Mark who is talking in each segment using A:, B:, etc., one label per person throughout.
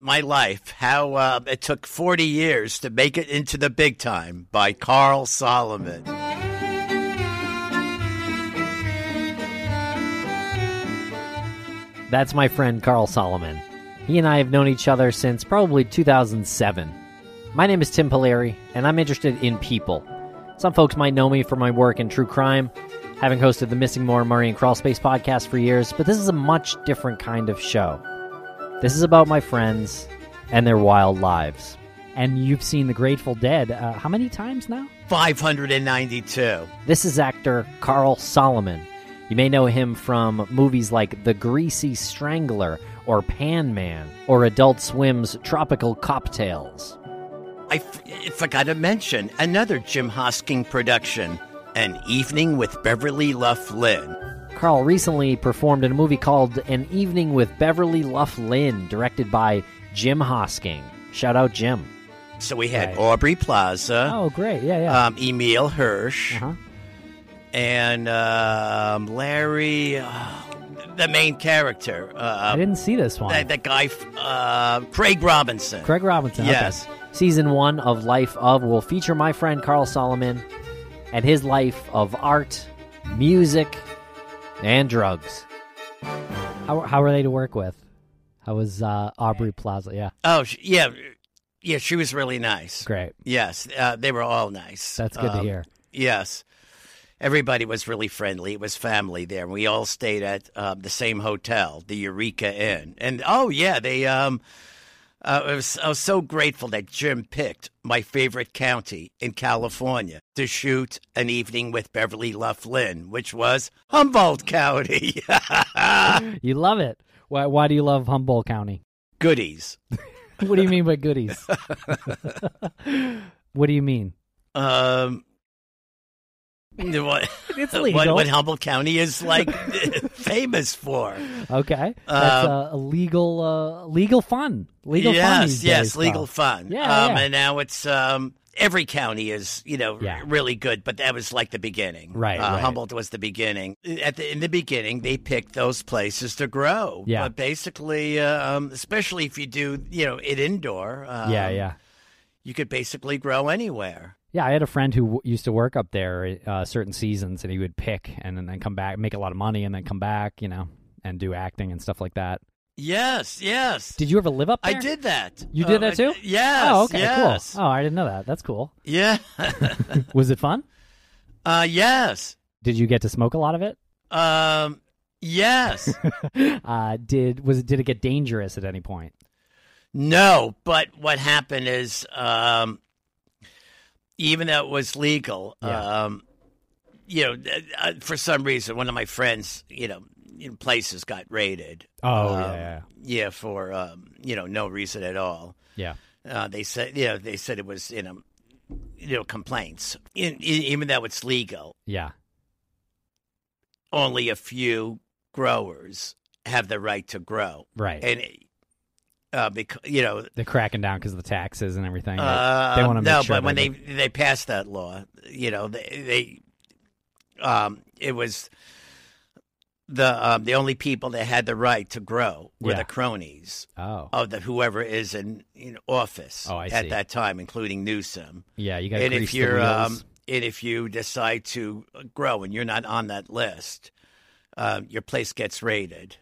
A: my life how uh, it took 40 years to make it into the big time by Carl Solomon.
B: That's my friend Carl Solomon. He and I have known each other since probably 2007. My name is Tim Polari, and I'm interested in people. Some folks might know me for my work in true crime, having hosted the Missing More Murray and Crawl Space podcast for years, but this is a much different kind of show. This is about my friends and their wild lives.
C: And you've seen The Grateful Dead uh, how many times now?
A: 592.
B: This is actor Carl Solomon. You may know him from movies like The Greasy Strangler or Pan Man or Adult Swim's Tropical Cocktails.
A: I f- forgot to mention another Jim Hosking production, An Evening with Beverly Loughlin.
B: Carl recently performed in a movie called An Evening with Beverly Loughlin, directed by Jim Hosking. Shout out, Jim.
A: So we had
C: Right.
A: Aubrey Plaza,
C: Oh, great. Yeah, yeah.
A: um, Emil Hirsch,
C: Uh-huh.
A: and um, Larry, uh, the main character,
C: I
A: uh,
C: didn't see this one.
A: that, that guy, f- uh, Craig Robinson.
C: Craig Robinson. okay.
A: Yes.
B: Season one of Life of will feature my friend Carl Solomon and his life of art, music, and drugs.
C: How, how were they to work with? How was uh, Aubrey Plaza? Yeah,
A: Oh, sh- yeah. Yeah, she was really nice.
C: great.
A: Yes, uh, they were all nice.
C: That's good to
A: Um,
C: hear.
A: Yes. Everybody was really friendly. It was family there. We all stayed at uh, the same hotel, the Eureka Inn. And oh, yeah, they. Um, uh, I, was, I was so grateful that Jim picked my favorite county in California to shoot an evening with Beverly Loughlin, which was Humboldt County.
C: You love it. Why, why do you love Humboldt County?
A: Goodies.
C: What do you mean by goodies? what do you mean?
A: Um, the one-
C: It's
A: what,
C: legal.
A: what Humboldt County is like famous for.
C: Okay, that's uh, a legal, uh, legal fun, legal
A: um, yes,
C: fun. these
A: yes,
C: days,
A: legal
C: Carl.
A: fun.
C: Yeah,
A: um,
C: yeah.
A: And now it's um, every county is you know
C: Yeah.
A: really good, but that was like the beginning.
C: Right,
A: uh,
C: right.
A: Humboldt was the beginning. At the, in the beginning, they picked those places to grow.
C: Yeah.
A: but basically, uh, um, especially if you do you know it indoor. Um,
C: Yeah, yeah,
A: You could basically grow anywhere.
C: yeah. I had a friend who w- used to work up there uh, certain seasons, and he would pick and then- then come back, make a lot of money, and then come back, you know, and do acting and stuff like that.
A: Yes, yes.
C: Did you ever live up
A: I
C: there?
A: did that.
C: You did
A: Uh,
C: that too?
A: Yes.
C: Oh, okay,
A: yes.
C: cool. Oh, I didn't know that. That's cool.
A: Yeah.
C: Was it fun?
A: uh, yes.
C: Did you get to smoke a lot of it?
A: Um, yes.
C: Uh, did was it did it get dangerous at any point?
A: No, but what happened is, um, even though it was legal,
C: Yeah.
A: um, you know, th- uh, for some reason, one of my friends, you know, you know, places got raided.
C: Oh,
A: um,
C: yeah, yeah,
A: yeah, for um, you know, no reason at all.
C: Yeah.
A: Uh, they said, you know, they said it was, you know, you know, complaints. In, in, even though it's legal,
C: Yeah.
A: only a few growers have the right to grow,
C: Right.
A: and uh, because you know,
C: They're cracking down because of the taxes and everything. They-
A: Uh,
C: they want to make
A: no,
C: sure
A: but when they
C: that-
A: they passed that law, you know, they, they um, it was the um, the only people that had the right to grow were
C: Yeah.
A: the cronies
C: oh
A: of the whoever is in, in office
C: Oh, I
A: at
C: see.
A: that time, including Newsom.
C: yeah, you got to
A: And
C: grease
A: if
C: the
A: you're um,
C: wheels.
A: and if you decide to grow and you're not on that list, uh, your place gets raided.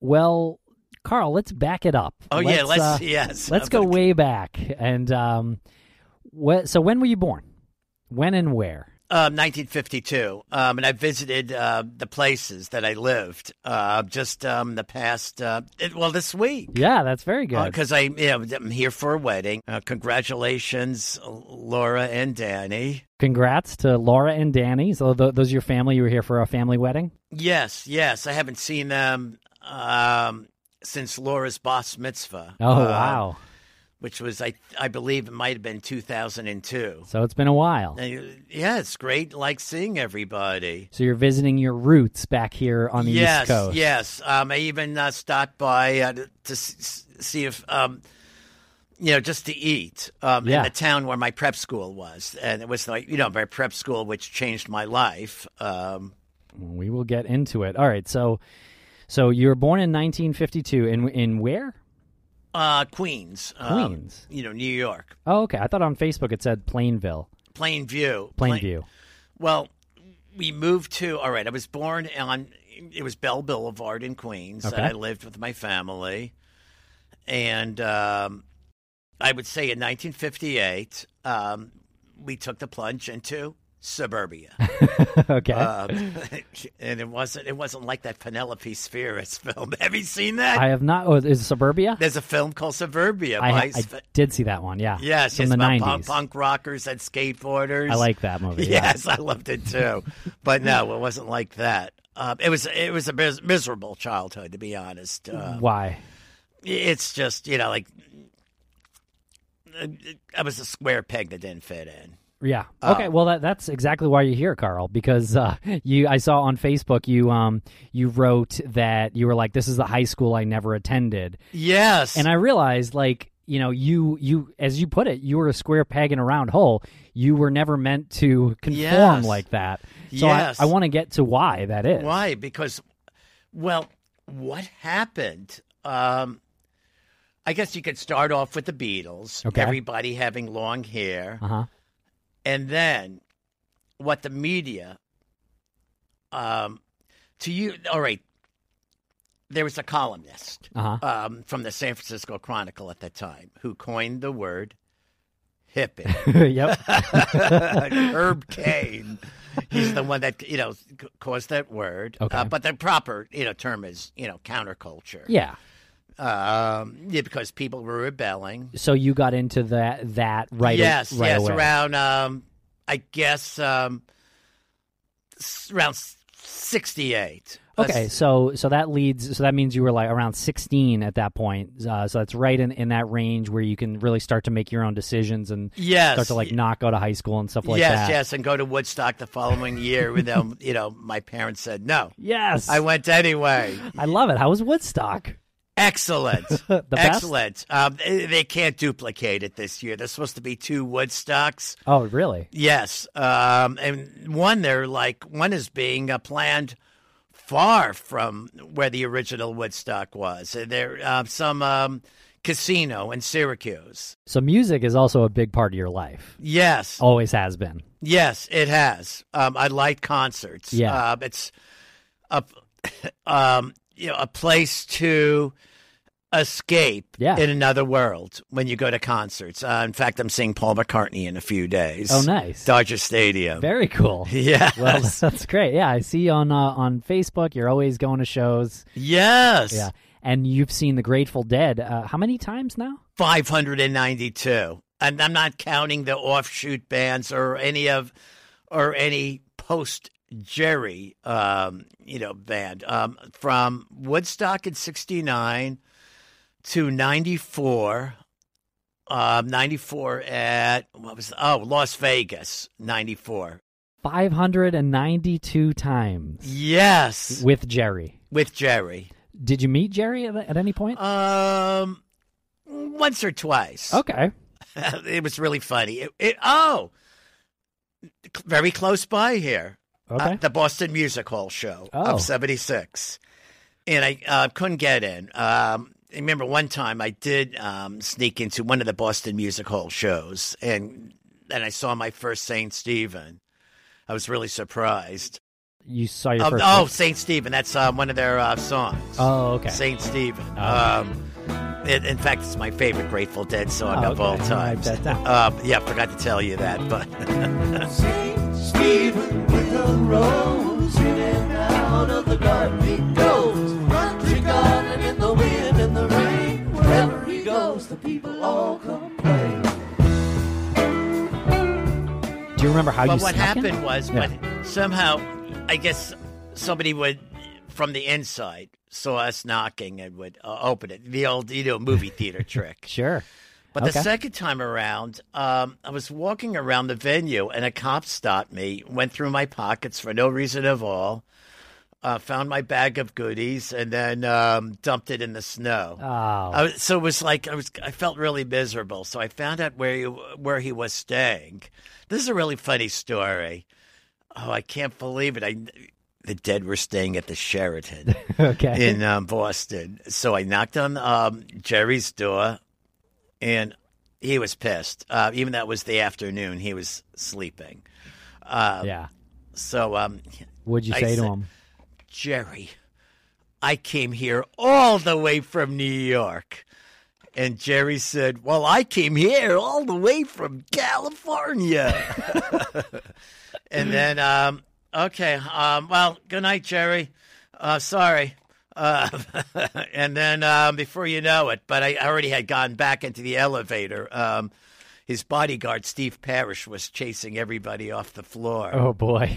C: Well, Carl, let's back it up.
A: Oh yeah, let's
C: uh,
A: yes,
C: let's
A: I'm
C: go
A: gonna-
C: way back and um, what? So when were you born? When and where?
A: Um, 1952, um, and I visited uh, the places that I lived uh, just um, the past, uh, it- well, this week.
C: Yeah, that's very good.
A: Because I, you know, I'm here for a wedding. Uh, congratulations, Laura and Danny.
C: Congrats to Laura and Danny. So th- those are your family. You were here for a family wedding.
A: Yes, yes, I haven't seen them um, since Laura's boss mitzvah.
C: Oh
A: uh,
C: wow!
A: Which was, I, I believe, it might have been 2002.
C: So it's been a while.
A: And, uh, yeah, it's great. Like seeing everybody.
C: So you're visiting your roots back here on the
A: yes,
C: East Coast.
A: Yes, um, I even uh, stopped by uh, to s- s- see if, um, you know, just to eat um,
C: Yeah.
A: in the town where my prep school was. And it was like, you know, my prep school, which changed my life. Um,
C: We will get into it. All right. So, so you were born in 1952, in in where?
A: Uh, Queens. um,
C: Queens?
A: you know, New York.
C: Oh, okay. I thought on Facebook it said Plainville.
A: Plain View.
C: Plainview.
A: Well, we moved to. All right, I was born on. It was Bell Boulevard in Queens,
C: Okay.
A: and I lived with my family. And um, I would say in 1958, um, we took the plunge into suburbia,
C: okay.
A: um, and it wasn't. It wasn't like that Penelope Spheris film. Have you seen that?
C: I have not. Oh, is it Suburbia?
A: There's a film called Suburbia. by
C: I, ha- I
A: Sp-
C: did see that one. Yeah.
A: yes,
C: From
A: it's
C: the
A: about
C: nineties.
A: punk, punk rockers and skateboarders.
C: I like that movie. Yeah.
A: Yes, I loved it too. but no, it wasn't like that. Um, it was it was a mis- miserable childhood, to be honest. Uh,
C: Why?
A: it's just you know like uh, I was a square peg that didn't fit in.
C: Yeah.
A: Uh,
C: Okay. well, that, that's exactly why you're here, Carl. Because uh, you, I saw on Facebook you, um, you wrote that you were like, "This is the high school I never attended,"
A: Yes,
C: and I realized, like, you know, you, you, as you put it, you were a square peg in a round hole. You were never meant to conform
A: Yes.
C: like that. So I-
A: Yes.
C: I, want to get to why that is.
A: Why? Because, well, what happened? Um, I guess you could start off with the Beatles.
C: Okay.
A: Everybody having long hair,
C: Uh huh.
A: and then what the media, um, to you. All right, there was a columnist
C: Uh huh.
A: um, from the San Francisco Chronicle at the time who coined the word hippie.
C: yep.
A: Herb Kane. He's the one that you know c- caused that word.
C: Okay.
A: Uh, but the proper you know term is you know counterculture.
C: Yeah.
A: Um, yeah, because people were rebelling.
C: So you got into that that right. a-
A: yes.
C: Right
A: yes.
C: Away.
A: Around um, I guess um, s- around sixty-eight. Uh,
C: Okay, so so that leads so that means you were like around 16 at that point. Uh, so that's right in, in that range where you can really start to make your own decisions and
A: Yes.
C: start to like not go to high school and stuff like
A: yes.
C: that.
A: Yes. And go to Woodstock the following year. With them, you know, my parents said no.
C: yes.
A: I
C: I,
A: went anyway.
C: love it. How was Woodstock?
A: Excellent.
C: best?
A: Excellent. Um, they they can't duplicate it this year. There's supposed to be two Woodstocks.
C: Oh, really?
A: Yes. Um, and one, they're like, one is being uh, planned far from where the original Woodstock was. Uh, There, uh, some um, casino in Syracuse.
C: So music is also a big part of your life.
A: Yes.
C: Always has been.
A: Yes, it has. Um, I like concerts.
C: Yeah.
A: Um, it's a um, you know a place to escape
C: Yeah.
A: in another world when you go to concerts. Uh, in fact, I'm seeing Paul McCartney in a few days.
C: Oh, nice.
A: Dodger Stadium.
C: Very cool.
A: yes.
C: Well, that's great. Yeah, I see on uh, on Facebook you're always going to shows.
A: yes.
C: Yeah. And you've seen the Grateful Dead uh, how many times now?
A: 592. And I'm not counting the offshoot bands or any of or any post Jerry um, you know band um, from Woodstock in 69 to 94 um, 94 at what was oh Las Vegas 94
C: 592 times.
A: yes
C: with Jerry.
A: with Jerry
C: Did you meet Jerry at, at any
A: Uh,
C: point?
A: um once or twice
C: okay.
A: it was really funny. It, it, oh, very close by here,
C: Okay.
A: uh, the Boston Music Hall show
C: Oh.
A: of '76, and I uh, couldn't get in. Um, I remember one time I did um, sneak into one of the Boston Music Hall shows, and and I saw my first Saint Stephen. I was really surprised.
C: you saw your
A: Um,
C: first.
A: oh, Saint Stephen! That's um, one of their uh, songs.
C: Oh, okay.
A: Saint Stephen.
C: Oh.
A: Um, it, in fact, it's my favorite Grateful Dead song
C: Oh,
A: of
C: okay.
A: all
C: Write
A: time.
C: that down.
A: Um, yeah, I forgot to tell you that, but
D: St. Stephen with a rose, in and out of the garden he goes. Country garden in the wind and the rain, wherever he goes, the people all complain.
C: Do you remember how
A: but
C: you?
A: what
C: snuck in?
A: happened was,
C: Yeah.
A: but somehow, I guess somebody would from the inside saw us knocking and would uh, open it. The old, you know, movie theater trick.
C: Sure.
A: But
C: Okay.
A: the second time around, um, I was walking around the venue and a cop stopped me, went through my pockets for no reason at all, uh, found my bag of goodies, and then um, dumped it in the snow.
C: Oh,
A: I was, so it was like I was I felt really miserable. So I found out where he, where he was staying. This is a really funny story. Oh, I can't believe it. I the dead were staying at the Sheraton
C: Oh, Okay.
A: in um, Boston. So I knocked on um, Jerry's door, and he was pissed. Uh, even that was the afternoon; he was sleeping.
C: yeah.
A: So, um,
C: What'd you
A: I
C: say to
A: said-
C: him?
A: Jerry, I came here all the way from New York. And Jerry said, Well, I came here all the way from California. and then, um, okay, um, well, good night, Jerry. Uh, sorry. Uh, and then um, before you know it, but I already had gone back into the elevator. Um, his bodyguard, Steve Parrish, was chasing everybody off the floor.
C: Oh boy.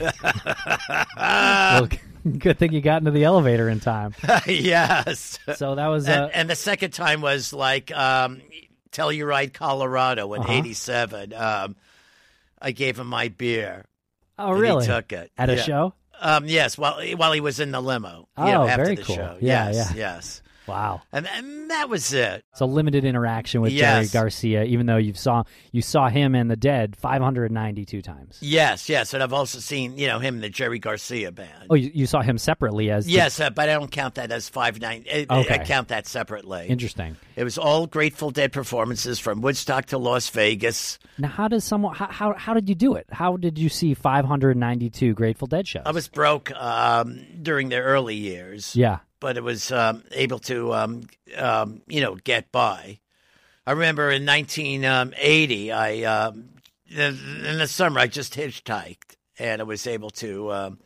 C: well, good thing you got into the elevator in time.
A: yes.
C: So that was uh,
A: and, and the second time was like um, Telluride, Colorado,
C: Uh-huh.
A: in '87. Um, I gave him my beer.
C: oh
A: and
C: really
A: He took it
C: at a
A: Yeah.
C: show.
A: Um, yes, while while he was in the limo.
C: Oh,
A: yeah, after
C: very
A: the
C: cool.
A: Show.
C: Yeah,
A: yes,
C: yeah.
A: yes.
C: Wow.
A: And, and that was it.
C: So limited interaction with
A: Yes.
C: Jerry Garcia, even though you saw you saw him and the Dead 592 times.
A: Yes, yes. And I've also seen you know him in the Jerry Garcia band.
C: Oh, you, you saw him separately as the-
A: Yes, uh, but I don't count that as five nine. I, I- I
C: Okay.
A: count that separately.
C: interesting.
A: It was all Grateful Dead performances from Woodstock to Las Vegas.
C: Now, how does someone how, how how did you do it? How did you see 592 Grateful Dead shows?
A: I was broke um, during their early years.
C: yeah.
A: but it was um, able to, um, um, you know, get by. I remember in 1980, I um, in the summer I just hitchhiked, and I was able to, um,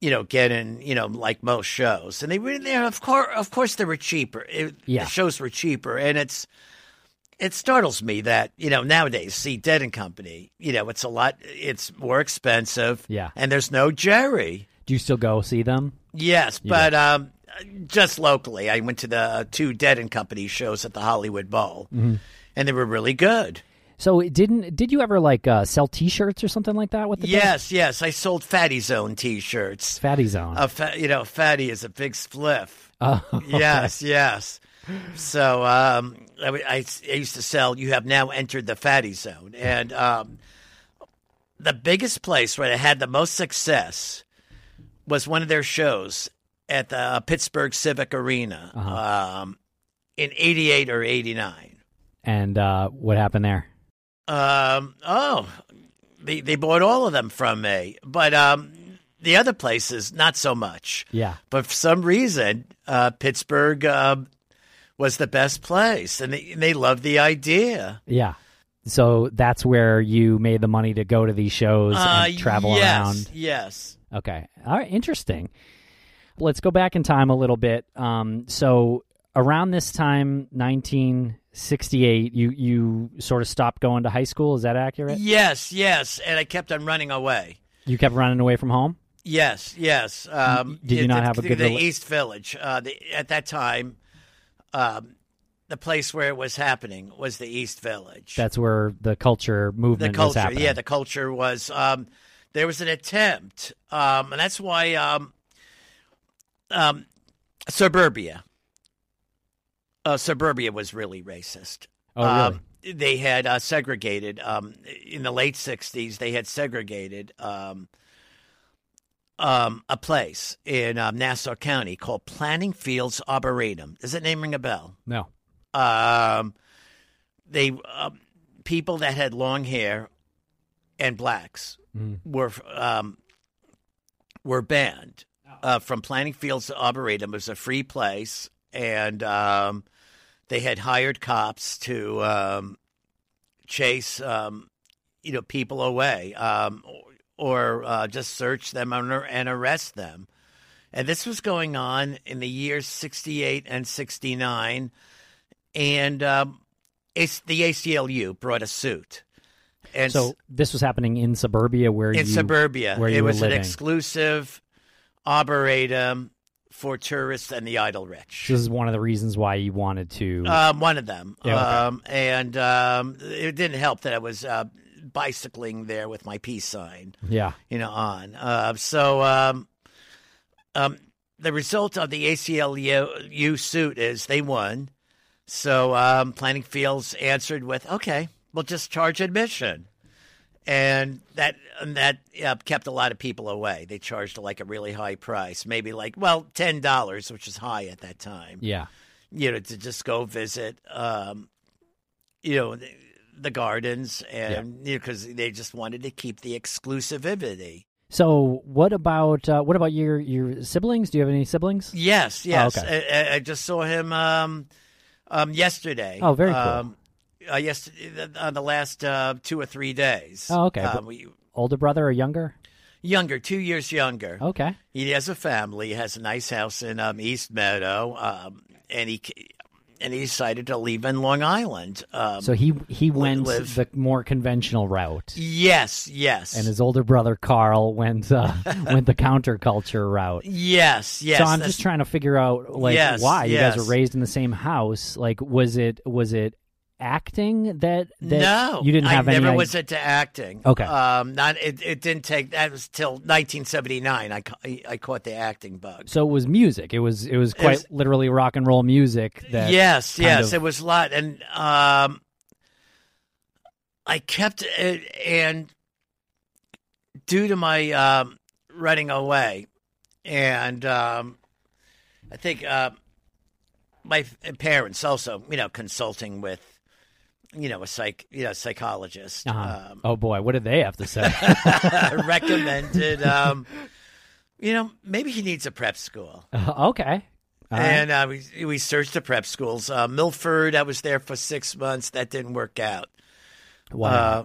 A: you know, get in, you know, like most shows. And they were there, of course, of course, they were cheaper. It,
C: Yeah.
A: The shows were cheaper, and it's it startles me that you know nowadays, see Dead and Company, you know, it's a lot, it's more expensive,
C: Yeah.
A: and there's no Jerry.
C: Do you still go see them?
A: Yes, but um, just locally, I went to the uh, two Dead and Company shows at the Hollywood Bowl, and they were really good.
C: So it didn't did you ever like uh, sell T-shirts or something like that with the Dead?
A: Yes, yes, I sold Fatty Zone T-shirts.
C: Fatty Zone?
A: A fa- you know, Fatty is a big spliff.
C: Oh,
A: Yes, yes. So um, I, w- I s- I used to sell. You have now entered the Fatty Zone, and um, the biggest place where I had the most success was one of their shows at the uh, Pittsburgh Civic Arena um, in '88 or '89.
C: and uh, what happened there?
A: Um, oh, they they bought all of them from me, but um, the other places not so much.
C: Yeah.
A: But for some reason, uh, Pittsburgh um, was the best place, and they, and they loved the idea.
C: Yeah. So that's where you made the money to go to these shows and
A: Uh,
C: travel
A: yes,
C: around.
A: Yes.
C: Okay. All right. Interesting. Let's go back in time a little bit. Um, so around this time, 1968, you you sort of stopped going to high school. Is that accurate?
A: Yes, yes. And I kept on running away.
C: You kept running away from home.
A: Yes, yes. Um,
C: Did you
A: it-
C: not
A: the-
C: have a good
A: the
C: rela-
A: East Village uh, the, at that time? Um, the place where it was happening was the East Village.
C: That's where the culture
A: the
C: movement was
A: culture
C: happening.
A: yeah the culture was um there was an attempt um and that's why um um suburbia uh suburbia was really racist
C: Oh, really?
A: um they had uh, segregated um in the late 60s they had segregated um um, a place in um, Nassau County called Planning Fields Arboretum. Does that name ring a bell?
C: no.
A: um, they um, people that had long hair and blacks were um, were banned uh, from Planning Fields to Arboretum. It was a free place, and um, they had hired cops to um, chase um, you know people away um, or, or uh, just search them and, ar- and arrest them. And this was going on in the years 68 and 69 and um, it's the ACLU brought a suit. And
C: So this was happening in suburbia where
A: in
C: you
A: suburbia,
C: where
A: it
C: you were
A: was
C: living.
A: an exclusive arboretum for tourists and the idle rich.
C: This is one of the reasons why you wanted to.
A: Um, one of them.
C: Yeah, okay.
A: um, and um, it didn't help that I was uh, bicycling there with my peace sign,
C: yeah.
A: you know, on. Uh, so um, um, the result of the ACLU suit is they won. So um, Planning Fields answered with, okay, we'll just charge admission. and that and that uh, kept a lot of people away. They charged like a really high price, maybe like well ten dollars, which is high at that time.
C: Yeah.
A: You know, to just go visit, um, you know, the, the gardens, and you know, because they just wanted to keep the exclusivity.
C: So what about uh, what about your your siblings? Do you have any siblings?
A: Yes, yes.
C: Oh, okay.
A: I, I, I just saw him um, um, yesterday.
C: Oh, very cool.
A: Um, uh, yesterday, on the last uh, two or three days.
C: Oh, okay.
A: Um,
C: But-
A: we,
C: Older brother or younger?
A: younger, two years younger.
C: Okay.
A: He has a family. He has a nice house in um, East Meadow, um, and he and he decided to live in Long Island. Um,
C: So he he went
A: live.
C: the more conventional route,
A: yes, yes,
C: and his older brother Carl went uh, went the counterculture route.
A: yes, yes.
C: so I'm
A: that's-
C: just trying to figure out like
A: Yes,
C: why you guys
A: yes.
C: were raised in the same house. Like, was it was it acting that that
A: no,
C: you didn't have
A: I
C: any?
A: never
C: idea-
A: was into acting.
C: Okay.
A: um, not it. It didn't take. That was till 1979. I ca- I I caught the acting bug.
C: so it was music. It was it was quite
A: was-
C: literally rock and roll music. That
A: yes,
C: kind
A: yes,
C: of-
A: it was a lot, and um, I kept it, and due to my um, running away, and um, I think uh, my f- parents also, you know, consulting with, you know, a psych, you know, psychologist,
C: Uh-huh.
A: um,
C: oh boy, what did they have to say?
A: recommended, um, you know, maybe he needs a prep school.
C: Uh, okay. All right.
A: And uh, we we searched the prep schools. Uh, Milford, I was there for six months. That didn't work out.
C: Wow.
A: Uh,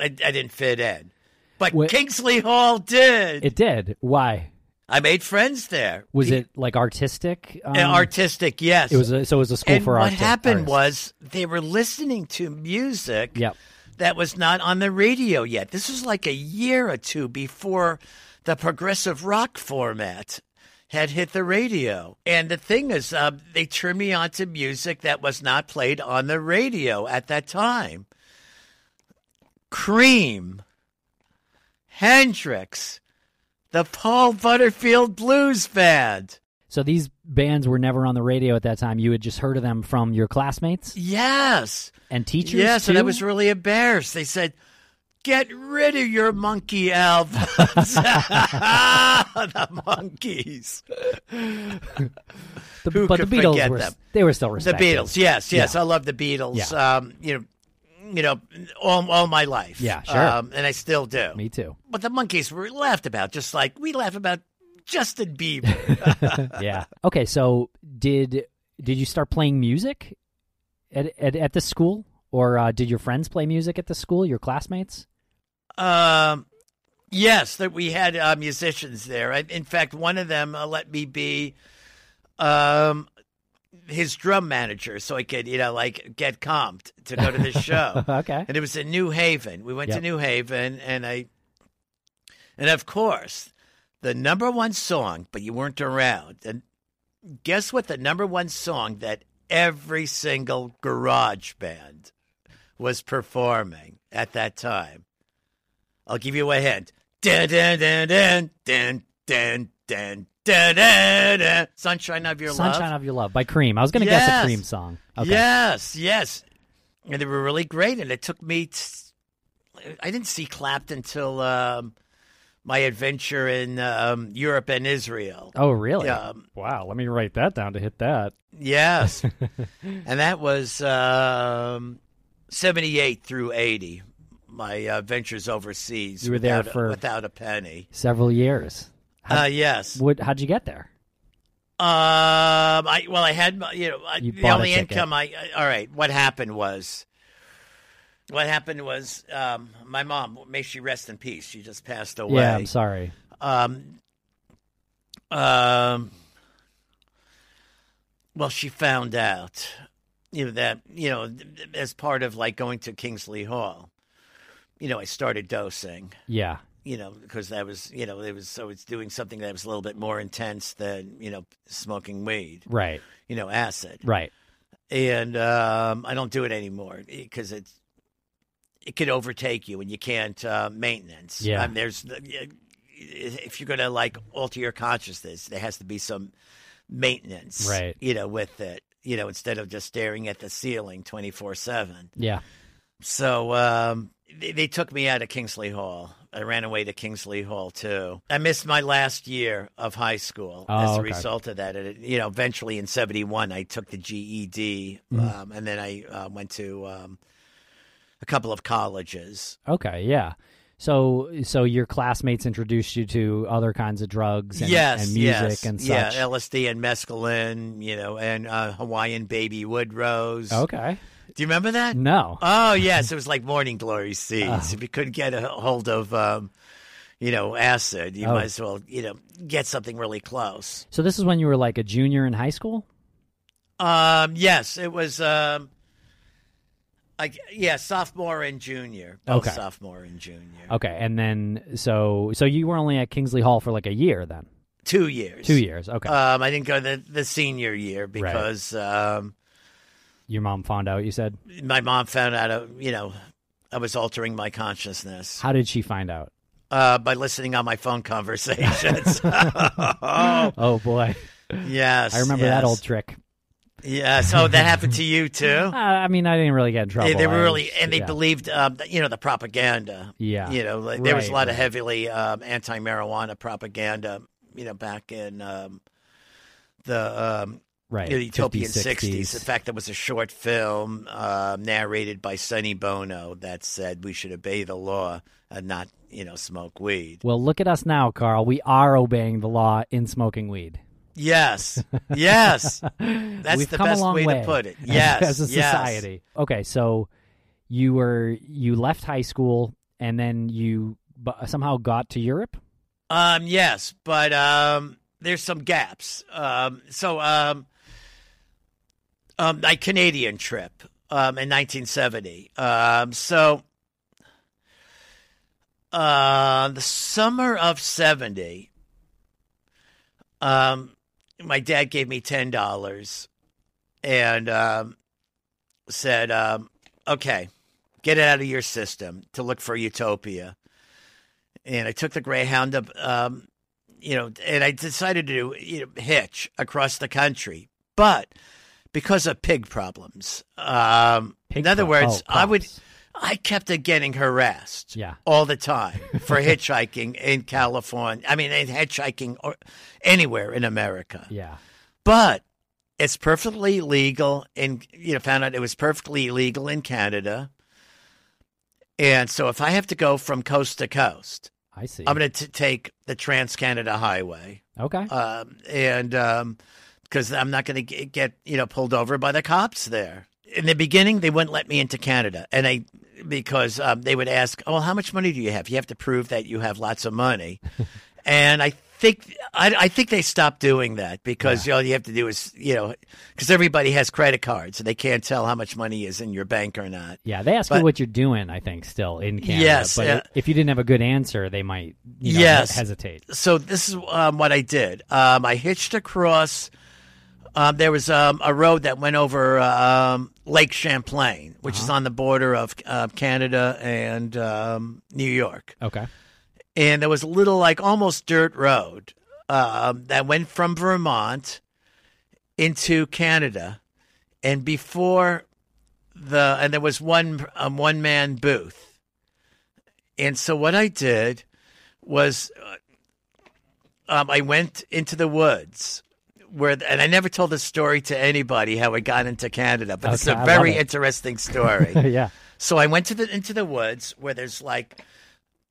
A: I, I didn't fit in, but
C: Wha-
A: Kingsley Hall did.
C: it did. Why
A: I made friends there.
C: was it like artistic? Um,
A: And artistic? Yes.
C: It was a, so it was a school
A: and
C: for
A: what
C: arti-
A: happened
C: artists.
A: was they were listening to music
C: Yep.
A: that was not on the radio yet. This was like a year or two before the progressive rock format had hit the radio. And the thing is, uh, they turned me on to music that was not played on the radio at that time. Cream, Hendrix, the Paul Butterfield Blues Band.
C: So these bands were never on the radio at that time. You had just heard of them from your classmates
A: Yes.
C: and teachers.
A: Yes, and I
C: too?
A: was really embarrassed. They said, "Get rid of your monkey albums." the monkeys,
C: The,
A: who
C: but
A: could
C: the Beatles
A: forget
C: were
A: them?
C: they were still
A: the
C: respected.
A: Beatles. Yes, yes, I love the Beatles.
C: Yeah.
A: Um, you know, you know, all, all my life.
C: Yeah, sure.
A: Um, and I still do.
C: Me too.
A: But the monkeys were laughed about, just like we laugh about Justin Bieber.
C: yeah. Okay. So did did you start playing music at at, at the school, or uh, did your friends play music at the school? Your classmates?
A: um, yes, that we had uh, musicians there. I, in fact, one of them uh, let me be. Um, his drum manager, so I could, you know, like get comped to go to the show.
C: Okay.
A: and it was in New Haven. We went to
C: Yep.
A: New Haven, and I, and of course, the number one song. But you weren't around, and guess what? The number one song that every single garage band was performing at that time. I'll give you a hint. Dun, dun, dun, dun, dun, dun, dun, dun, dun, dun. Sunshine of Your Love.
C: Sunshine of Your Love by Cream. I was going to guess
A: Yes.
C: a Cream song. Okay.
A: Yes, yes. And they were really great. And it took me, t- I didn't see Clapton until um, my adventure in um, Europe and Israel.
C: Oh, really?
A: Yeah.
C: Wow. Let me write that down to hit that.
A: Yes. and that was um, 78 through 80, my uh, ventures overseas.
C: You were there
A: without,
C: for-
A: Without a penny.
C: Several years.
A: Uh, yes.
C: What? How'd you get there?
A: Um, I well, I had my- you know I,
C: You
A: the
C: bought a
A: only
C: ticket.
A: income I, I- All right, what happened was, what happened was, um, my mom may she rest in peace. She just passed away.
C: Yeah. I'm sorry.
A: Um, um, well, she found out, you know, that, you know, as part of like going to Kingsley Hall, you know, I started dosing,
C: Yeah.
A: you know, because that was, you know, it was, so it's doing something that was a little bit more intense than, you know, smoking weed,
C: Right.
A: you know, acid.
C: Right.
A: And um, I don't do it anymore because it's, it could overtake you and you can't uh, maintenance.
C: Yeah.
A: Um, there's if you're going to like alter your consciousness, there has to be some maintenance,
C: Right.
A: You know, with it, you know, instead of just staring at the ceiling twenty four seven.
C: Yeah.
A: So um, they, they took me out of Kingsley Hall. I ran away to Kingsley Hall too. I missed my last year of high school
C: Oh,
A: as a
C: okay.
A: result of that. It, you know, eventually in '71, I took the GED,
C: Mm-hmm.
A: um, and then I uh, went to um, a couple of colleges.
C: Okay, yeah. So so your classmates introduced you to other kinds of drugs and,
A: yes,
C: and music
A: yes,
C: and such.
A: yeah, LSD and mescaline, you know, and uh, Hawaiian baby wood rose.
C: okay.
A: Do you remember that?
C: No.
A: Oh yes, it was like morning glory
C: Ah.
A: seeds. If you couldn't get a hold of, um, you know, acid, you
C: Oh.
A: might as well, you know, get something really close.
C: So this is when you were like a junior in high school?
A: Um, yes, it was. Um, I, yeah, sophomore and junior. Both
C: Okay.
A: sophomore and junior.
C: Okay, and then so so you were only at Kingsley Hall for like a year then.
A: Two years.
C: 2 years. Okay.
A: Um, I didn't go the the senior year because um,
C: your mom found out, you said.
A: my mom found out. uh, You know, I was altering my consciousness.
C: How did she find out?
A: uh, by listening on my phone conversations. yes,
C: Oh boy. I remember
A: yes.
C: that old trick.
A: Yes. Oh, that happened to you too.
C: Uh, I mean, I didn't really get in trouble.
A: They, they
C: I
A: were really,
C: was-
A: and they
C: yeah.
A: believed, um, that, you know, the propaganda.
C: Yeah.
A: You know, like, there was a
C: Right,
A: lot of
C: right.
A: heavily um, anti-marijuana propaganda. You know, back in um, the um,
C: right.
A: you know, utopian
C: 50s,
A: 60s. In fact, there was a short film uh, narrated by Sonny Bono that said we should obey the law and not, you know, smoke weed.
C: Well, look at us now, Carl. We are obeying the law in smoking weed.
A: Yes. Yes. That's
C: We've
A: the
C: come
A: best
C: a long
A: way,
C: way
A: to put it.
C: as-
A: Yes.
C: as, a
A: yes.
C: society. Okay, so you were you left high school and then you bu- somehow got to Europe.
A: Um, yes, but um, there's some gaps. Um, so um, um, my Canadian trip um, in 1970. Um, so uh, the summer of 70, um, my dad gave me ten dollars and um, said, um, "Okay, get it out of your system to look for utopia." And I took the Greyhound up, um, you know, and I decided to do you know, hitch across the country, but because of pig problems. Um,
C: Pig
A: in other
C: pro-
A: words,
C: oh,
A: I would.
C: problems.
A: I kept on getting harassed
C: Yeah.
A: all the time for hitchhiking in California. I mean, in hitchhiking or anywhere in America.
C: Yeah.
A: But it's perfectly legal in you know found out it was perfectly legal in Canada. And so if I have to go from coast to coast,
C: I see.
A: I'm going to take the Trans Canada Highway,
C: okay.
A: um, and um, because I'm not going to get you know pulled over by the cops there. In the beginning, they wouldn't let me into Canada, and I because um, they would ask, "Oh, how much money do you have?" You have to prove that you have lots of money, and I think I, I think they stopped doing that because all you have to do is you know because everybody has credit cards, and they can't tell how much money is in your bank or not.
C: yeah, they ask you
A: but-
C: what you're doing. I think still in Canada.
A: Yes,
C: but
A: yeah.
C: i- if you didn't have a good answer, they might you know,
A: Yes.
C: hesitate.
A: so this is um, what I did. Um, I hitched across. Um, there was um, a road that went over um, Lake Champlain, which is on the border of uh, Canada and um, New York.
C: Okay.
A: And there was a little, like almost dirt road um, that went from Vermont into Canada. And before the, and there was one um, one man booth. And so what I did was uh, um, I went into the woods where, and I never told this story to anybody how I got into Canada, but it's
C: Okay, I
A: a
C: love
A: very
C: it.
A: interesting story.
C: yeah.
A: So I went to the into the woods where there's like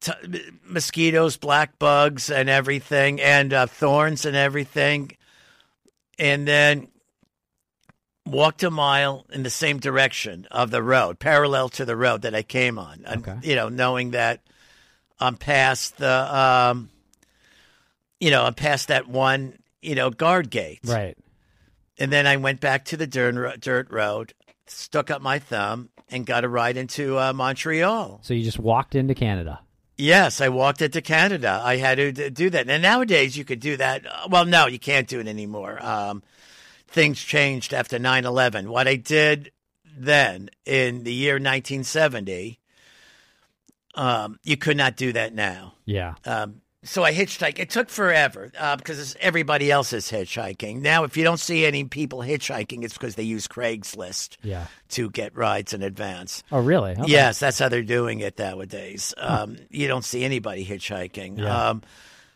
A: t- m- mosquitoes, black bugs, and everything, and uh, thorns and everything, and then walked a mile in the same direction of the road, parallel to the road that I came on. And,
C: Okay.
A: You know, knowing that I'm past the, um, you know, I'm past that one, you know, guard gate,
C: Right.
A: and then I went back to the dirt, dirt road, stuck up my thumb, and got a ride into uh, Montreal.
C: So you just walked into Canada.
A: Yes, I walked into Canada. I had to d- do that. And nowadays, you could do that. Uh, Well, no, you can't do it anymore. Um, things changed after 9 11. What I did then in the year 1970, um, you could not do that now
C: Yeah.
A: um, so I hitchhiked. It took forever uh, because it's- everybody else is hitchhiking. Now, if you don't see any people hitchhiking, it's because they use Craigslist
C: Yeah.
A: to get rides in advance.
C: Oh, really? Okay.
A: Yes, that's how they're doing it nowadays. Um, you don't see anybody hitchhiking.
C: Yeah.
A: Um,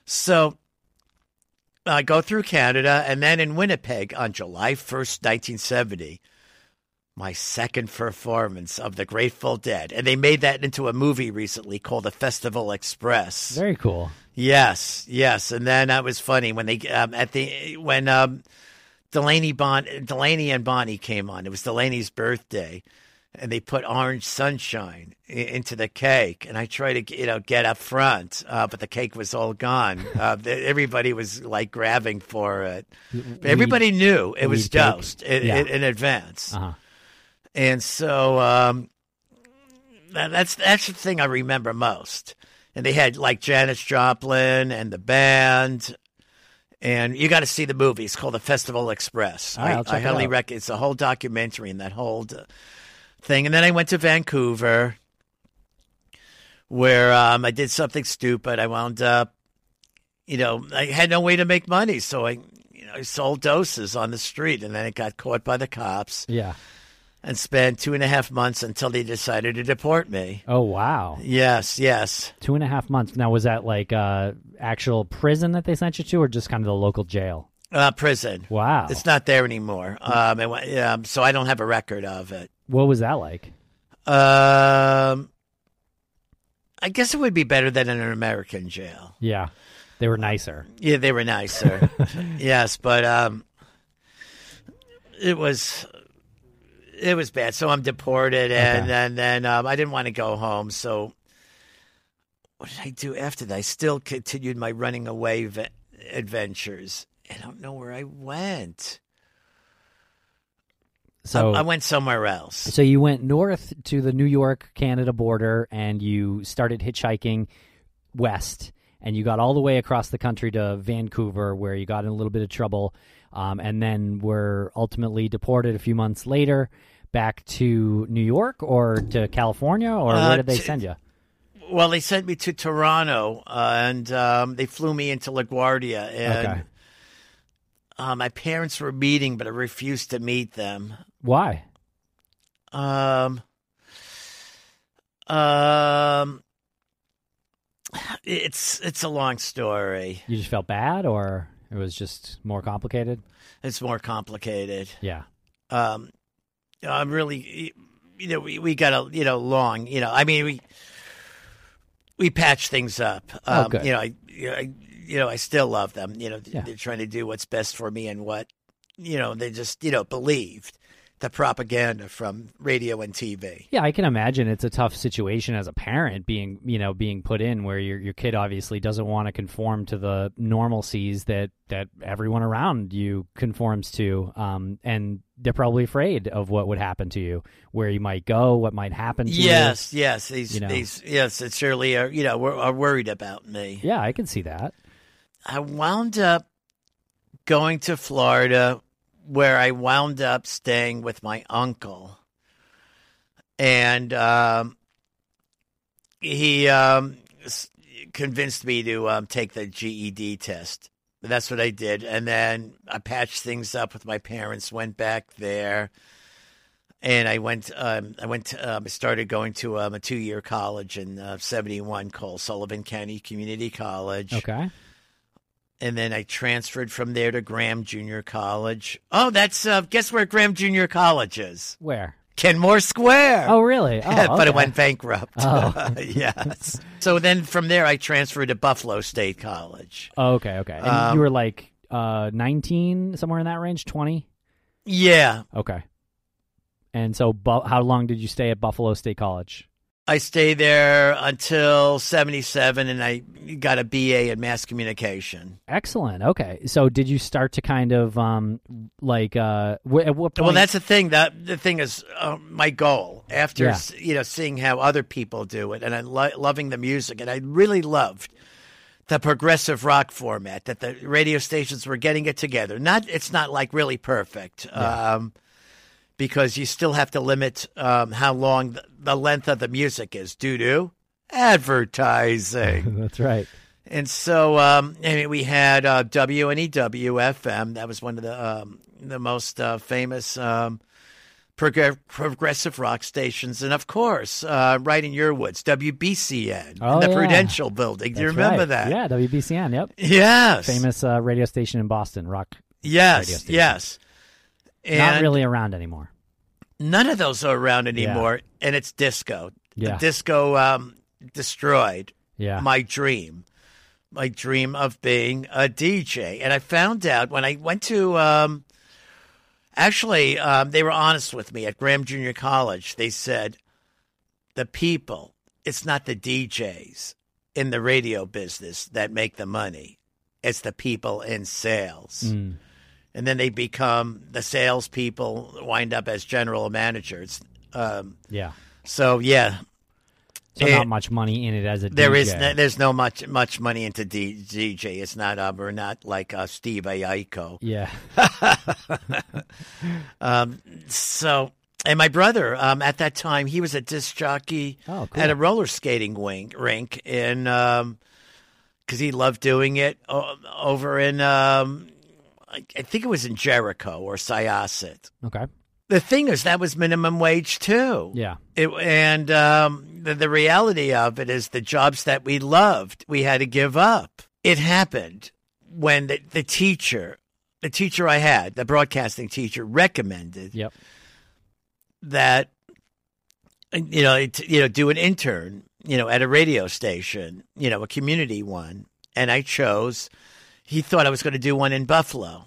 A: so I go through Canada, and then in Winnipeg on July 1st, 1970, my second performance of The Grateful Dead. And they made that into a movie recently called The Festival Express.
C: Very cool.
A: Yes, yes, and then that was funny when they um, at the when um, Delaney Bon Delaney and Bonnie came on. It was Delaney's birthday, and they put orange sunshine i- into the cake. And I tried to you know get up front, uh, but the cake was all gone. uh, the, everybody was like grabbing for it. But everybody knew it was
C: weed cake.
A: dosed in,
C: Yeah.
A: in, in advance.
C: Uh-huh.
A: And so um, that, that's that's the thing I remember most. And they had like Janis Joplin and the band. And you got to see the movie. It's called The Festival Express.
C: All right, I'll check
A: I, I
C: it
A: highly
C: out.
A: rec- It's a whole documentary and that whole uh, thing. And then I went to Vancouver, where um, I did something stupid. I wound up, you know, I had no way to make money, so I, you know, I sold doses on the street, and then it got caught by the cops
C: Yeah.
A: and spent two and a half months until they decided to deport me.
C: Oh, wow.
A: Yes, yes.
C: Two and a half months. Now, was that like uh, actual prison that they sent you to, or just kind of the local jail?
A: Uh, prison.
C: Wow.
A: It's not there anymore. Um, it, wa- um, so I don't have a record of it.
C: What was that like?
A: Um, I guess it would be better than in an American jail.
C: Yeah. They were nicer.
A: Yeah, they were nicer. yes, but um, it was it was bad. So I'm deported, and,
C: Okay.
A: and then um, I didn't want to go home. So what did I do after that? I still continued my running away ve- adventures. I don't know where I went.
C: So
A: I, I went somewhere else.
C: So you went north to the New York Canada border and you started hitchhiking west and you got all the way across the country to Vancouver where you got in a little bit of trouble um, and then were ultimately deported a few months later back to New York or to California or
A: Uh,
C: where did they
A: to-
C: send you?
A: Well, they sent me to Toronto, uh, and um, they flew me into LaGuardia, and
C: Okay.
A: uh, my parents were meeting, but I refused to meet them.
C: Why?
A: Um, um, it's it's a long story.
C: You just felt bad or it was just more complicated?
A: It's more complicated.
C: Yeah.
A: Um, I'm really, you know, we, we got a you know long, you know, I mean we we patch things up.
C: Oh,
A: Um,
C: good.
A: You know, I you know, I you know I still love them. You know,
C: Yeah.
A: they're trying to do what's best for me and what you know they just you know believed the propaganda from radio and TV.
C: Yeah, I can imagine it's a tough situation as a parent being, you know, being put in where your your kid obviously doesn't want to conform to the normalcies that that everyone around you conforms to, um, and they're probably afraid of what would happen to you, where you might go, what might happen to
A: Yes, yes, these,
C: you know.
A: these, yes, it surely are. You know, were, are worried about me.
C: you. Yeah, I can see that.
A: I wound up going to Florida, where I wound up staying with my uncle, and um, he um, s- convinced me to um, take the GED test. That's what I did, and then I patched things up with my parents. Went back there, and I went. Um, I went. To, um, I started going to um, a two-year college in uh, '71 called Sullivan County Community College
C: Okay.
A: and then I transferred from there to Graham Junior College. Oh, that's uh, guess where Graham Junior College is?
C: Where?
A: Kenmore Square.
C: Oh, really? Oh,
A: Uh, but
C: okay.
A: it went bankrupt.
C: Oh.
A: yes. So then from there, I transferred to Buffalo State College.
C: Oh, okay, okay. And
A: Um,
C: you were like uh, nineteen, somewhere in that range, twenty.
A: Yeah,
C: Okay. And so, bu- how long did you stay at Buffalo State College?
A: I stayed there until '77, and I got a BA in mass communication.
C: Excellent. Okay. So did you start to kind of um like uh w- at what point
A: Well, that's the thing. That the thing is, uh, my goal after
C: Yeah.
A: s you know seeing how other people do it, and I lo- loving the music, and I really loved the progressive rock format that the radio stations were getting it together. Not, it's not like really perfect, um, because you still have to limit um, how long the, the length of the music is due to advertising.
C: That's right.
A: And so, um, I mean, we had uh, WNEW-FM. That was one of the um, the most uh, famous um, prog- progressive rock stations, and of course, uh, right in your woods, WBCN,
C: Oh,
A: in the
C: yeah.
A: Prudential Building. Do you
C: That's
A: remember that?
C: right. Yeah, WBCN. Yep.
A: Yes.
C: Famous uh, radio station in Boston, rock. radio
A: Yes.
C: station.
A: Yes. And
C: Not really around anymore.
A: None of those are around
C: Yeah.
A: anymore, and it's disco. The
C: Yeah.
A: Disco um, destroyed
C: Yeah.
A: my dream, my dream of being a DJ. And I found out when I went to, um, actually, um, they were honest with me at Graham Junior College. They said, the people, it's not the DJs in the radio business that make the money, it's the people in sales.
C: Mm.
A: And then they become the salespeople, wind up as general managers. Um,
C: yeah.
A: so, yeah,
C: So
A: Eh,
C: not much money in it as a
A: there
C: DJ.
A: is no, there's no much much money into D- DJ. It's not um, we're not like uh, Steve Aiko.
C: yeah.
A: So and my brother um, at that time he was a disc jockey
C: Oh, cool.
A: at a roller skating wing, rink in um 'cause because he loved doing it o- over in um, I I think it was in Jericho or Syosset.
C: Okay.
A: The thing is that was minimum wage too.
C: Yeah.
A: It, and um, the, the reality of it is the jobs that we loved, we had to give up. It happened when the, the teacher, the teacher I had, the broadcasting teacher, recommended
C: Yep.
A: that you know t- you know do an intern you know at a radio station you know a community one and i chose he thought i was going to do one in buffalo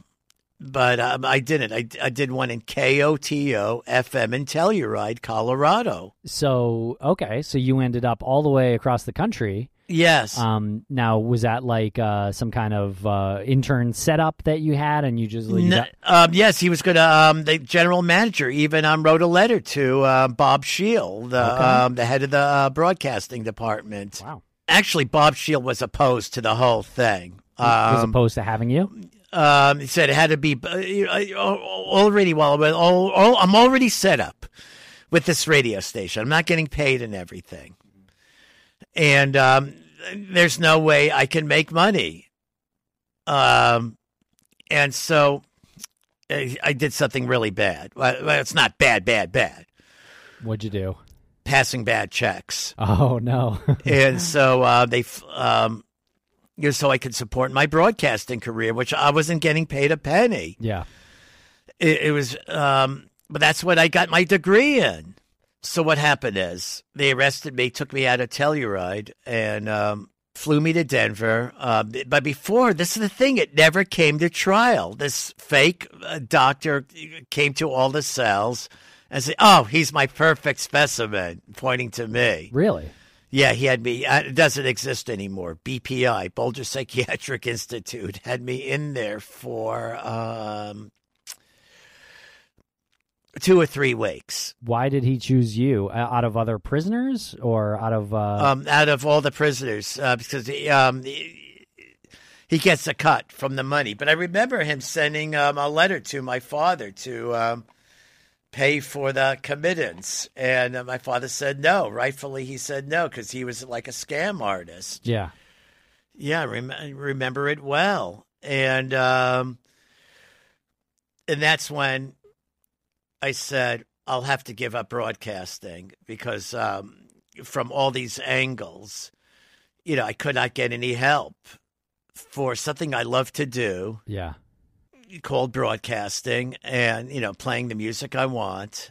A: but um, i didn't I, I did one in koto fm in telluride colorado
C: So okay. So you ended up all the way across the country.
A: yes
C: Um. Now was that like uh, some kind of uh, intern setup that you had, and you just you
A: N-
C: got-
A: um, yes, he was going to. Um, the general manager even um, wrote a letter to uh, Bob Shield, the,
C: Okay.
A: um, the head of the uh, broadcasting department.
C: wow.
A: Actually, Bob Shield was opposed to the whole thing.
C: as
A: Um,
C: opposed to having you.
A: um, he said it had to be uh, you know, already. Well, well, all, all, I'm already set up with this radio station. I'm not getting paid and everything, and um, there's no way I can make money. Um, and so I, I did something really bad. Well, well, it's not bad, bad, bad.
C: What'd you do?
A: Passing bad checks,
C: Oh no.
A: and so uh, they. f- Um, you know, so I could support my broadcasting career, which I wasn't getting paid a penny.
C: yeah.
A: it, it was um but that's what I got my degree in. So what happened is they arrested me, took me out of Telluride, and um, flew me to Denver. Um, but before this is the thing, it never came to trial. This fake uh, doctor came to all the cells and said, "Oh, he's my perfect specimen," pointing to me.
C: Really.
A: Yeah, he had me. uh, It doesn't exist anymore. BPI, Boulder Psychiatric Institute, had me in there for um, two or three weeks.
C: Why did he choose you Uh, out of other prisoners or out of? Uh,
A: Um, out of all the prisoners, uh, because he, um, he, he gets a cut from the money. But I remember him sending um, a letter to my father to um, pay for the committance, and uh, my father said no. Rightfully, he said no because he was like a scam artist.
C: yeah.
A: Yeah, I rem- I remember it well, and um, and that's when I said I'll have to give up broadcasting because um, from all these angles, you know, I could not get any help for something I love to do
C: Yeah.
A: called broadcasting, and you know, playing the music I want,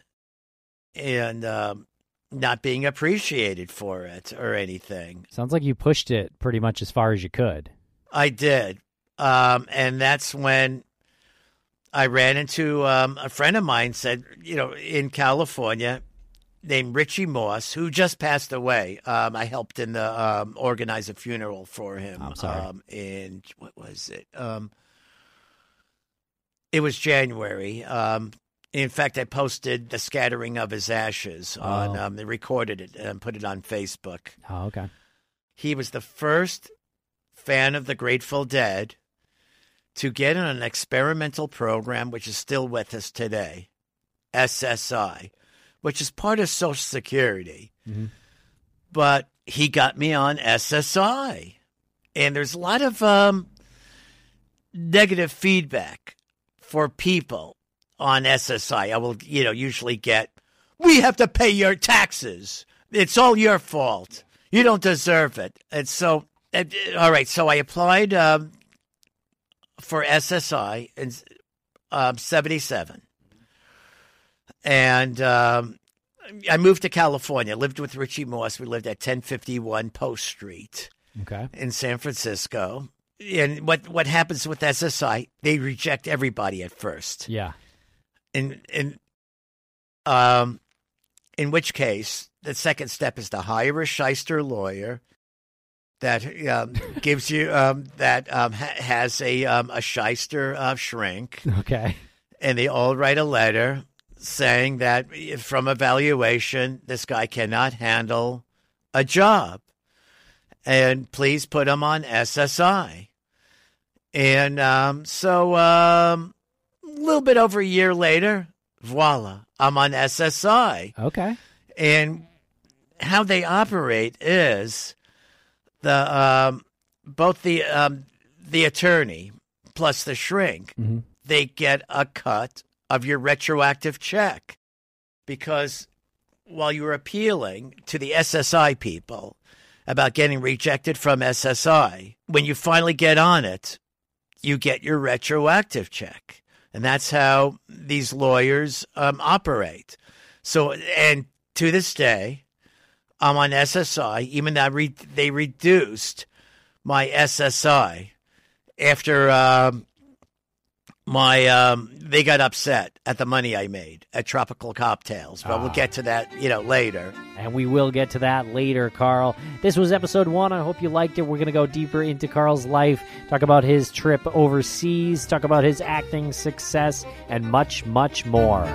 A: and um, not being appreciated for it or anything.
C: Sounds like you pushed it pretty much as far as you could.
A: I did. Um, and that's when I ran into um, a friend of mine said, you know, in California named Richie Moss, who just passed away. Um, I helped in the um, organize a funeral for him.
C: I'm sorry.
A: Um, in what was it? Um, it was January. Um, in fact, I posted the scattering of his ashes on.
C: Oh.
A: Um, they recorded it and put it on Facebook
C: Oh, okay.
A: he was the first fan of the Grateful Dead to get on an experimental program which is still with us today, SSI, which is part of Social Security. But he got me on SSI. and there's a lot of um, negative feedback for people on SSI. I will, you know, usually get, we have to pay your taxes. It's all your fault. You don't deserve it. And so, and, uh, all right. So I applied um, for SSI in um, 77. And um, I moved to California, lived with Richie Moss. We lived at 1051 Post Street
C: Okay.
A: in San Francisco. And what, what happens with SSI, they reject everybody at first.
C: Yeah.
A: In, in, um, in which case, the second step is to hire a shyster lawyer that um, gives you um, that um, ha- has a um, a shyster uh, shrink
C: Okay.
A: and they all write a letter saying that from evaluation, this guy cannot handle a job. And please put him on SSI. And um, so um, a little bit over a year later, voila, I'm on SSI.
C: Okay.
A: And how they operate is the um, both the um, the attorney plus the shrink
C: Mhm.
A: they get a cut of your retroactive check because while you were appealing to the SSI people about getting rejected from SSI, when you finally get on it, you get your retroactive check. And that's how these lawyers um, operate. So, and to this day, I'm on SSI, even though I re- they reduced my SSI after um, my um, they got upset at the money I made at Tropical Cocktails, but we'll
C: Ah.
A: get to that you know later.
B: And we will get to that later, Carl. This was episode one. I hope you liked it. We're going to go deeper into Carl's life, talk about his trip overseas, talk about his acting success, and much, much more.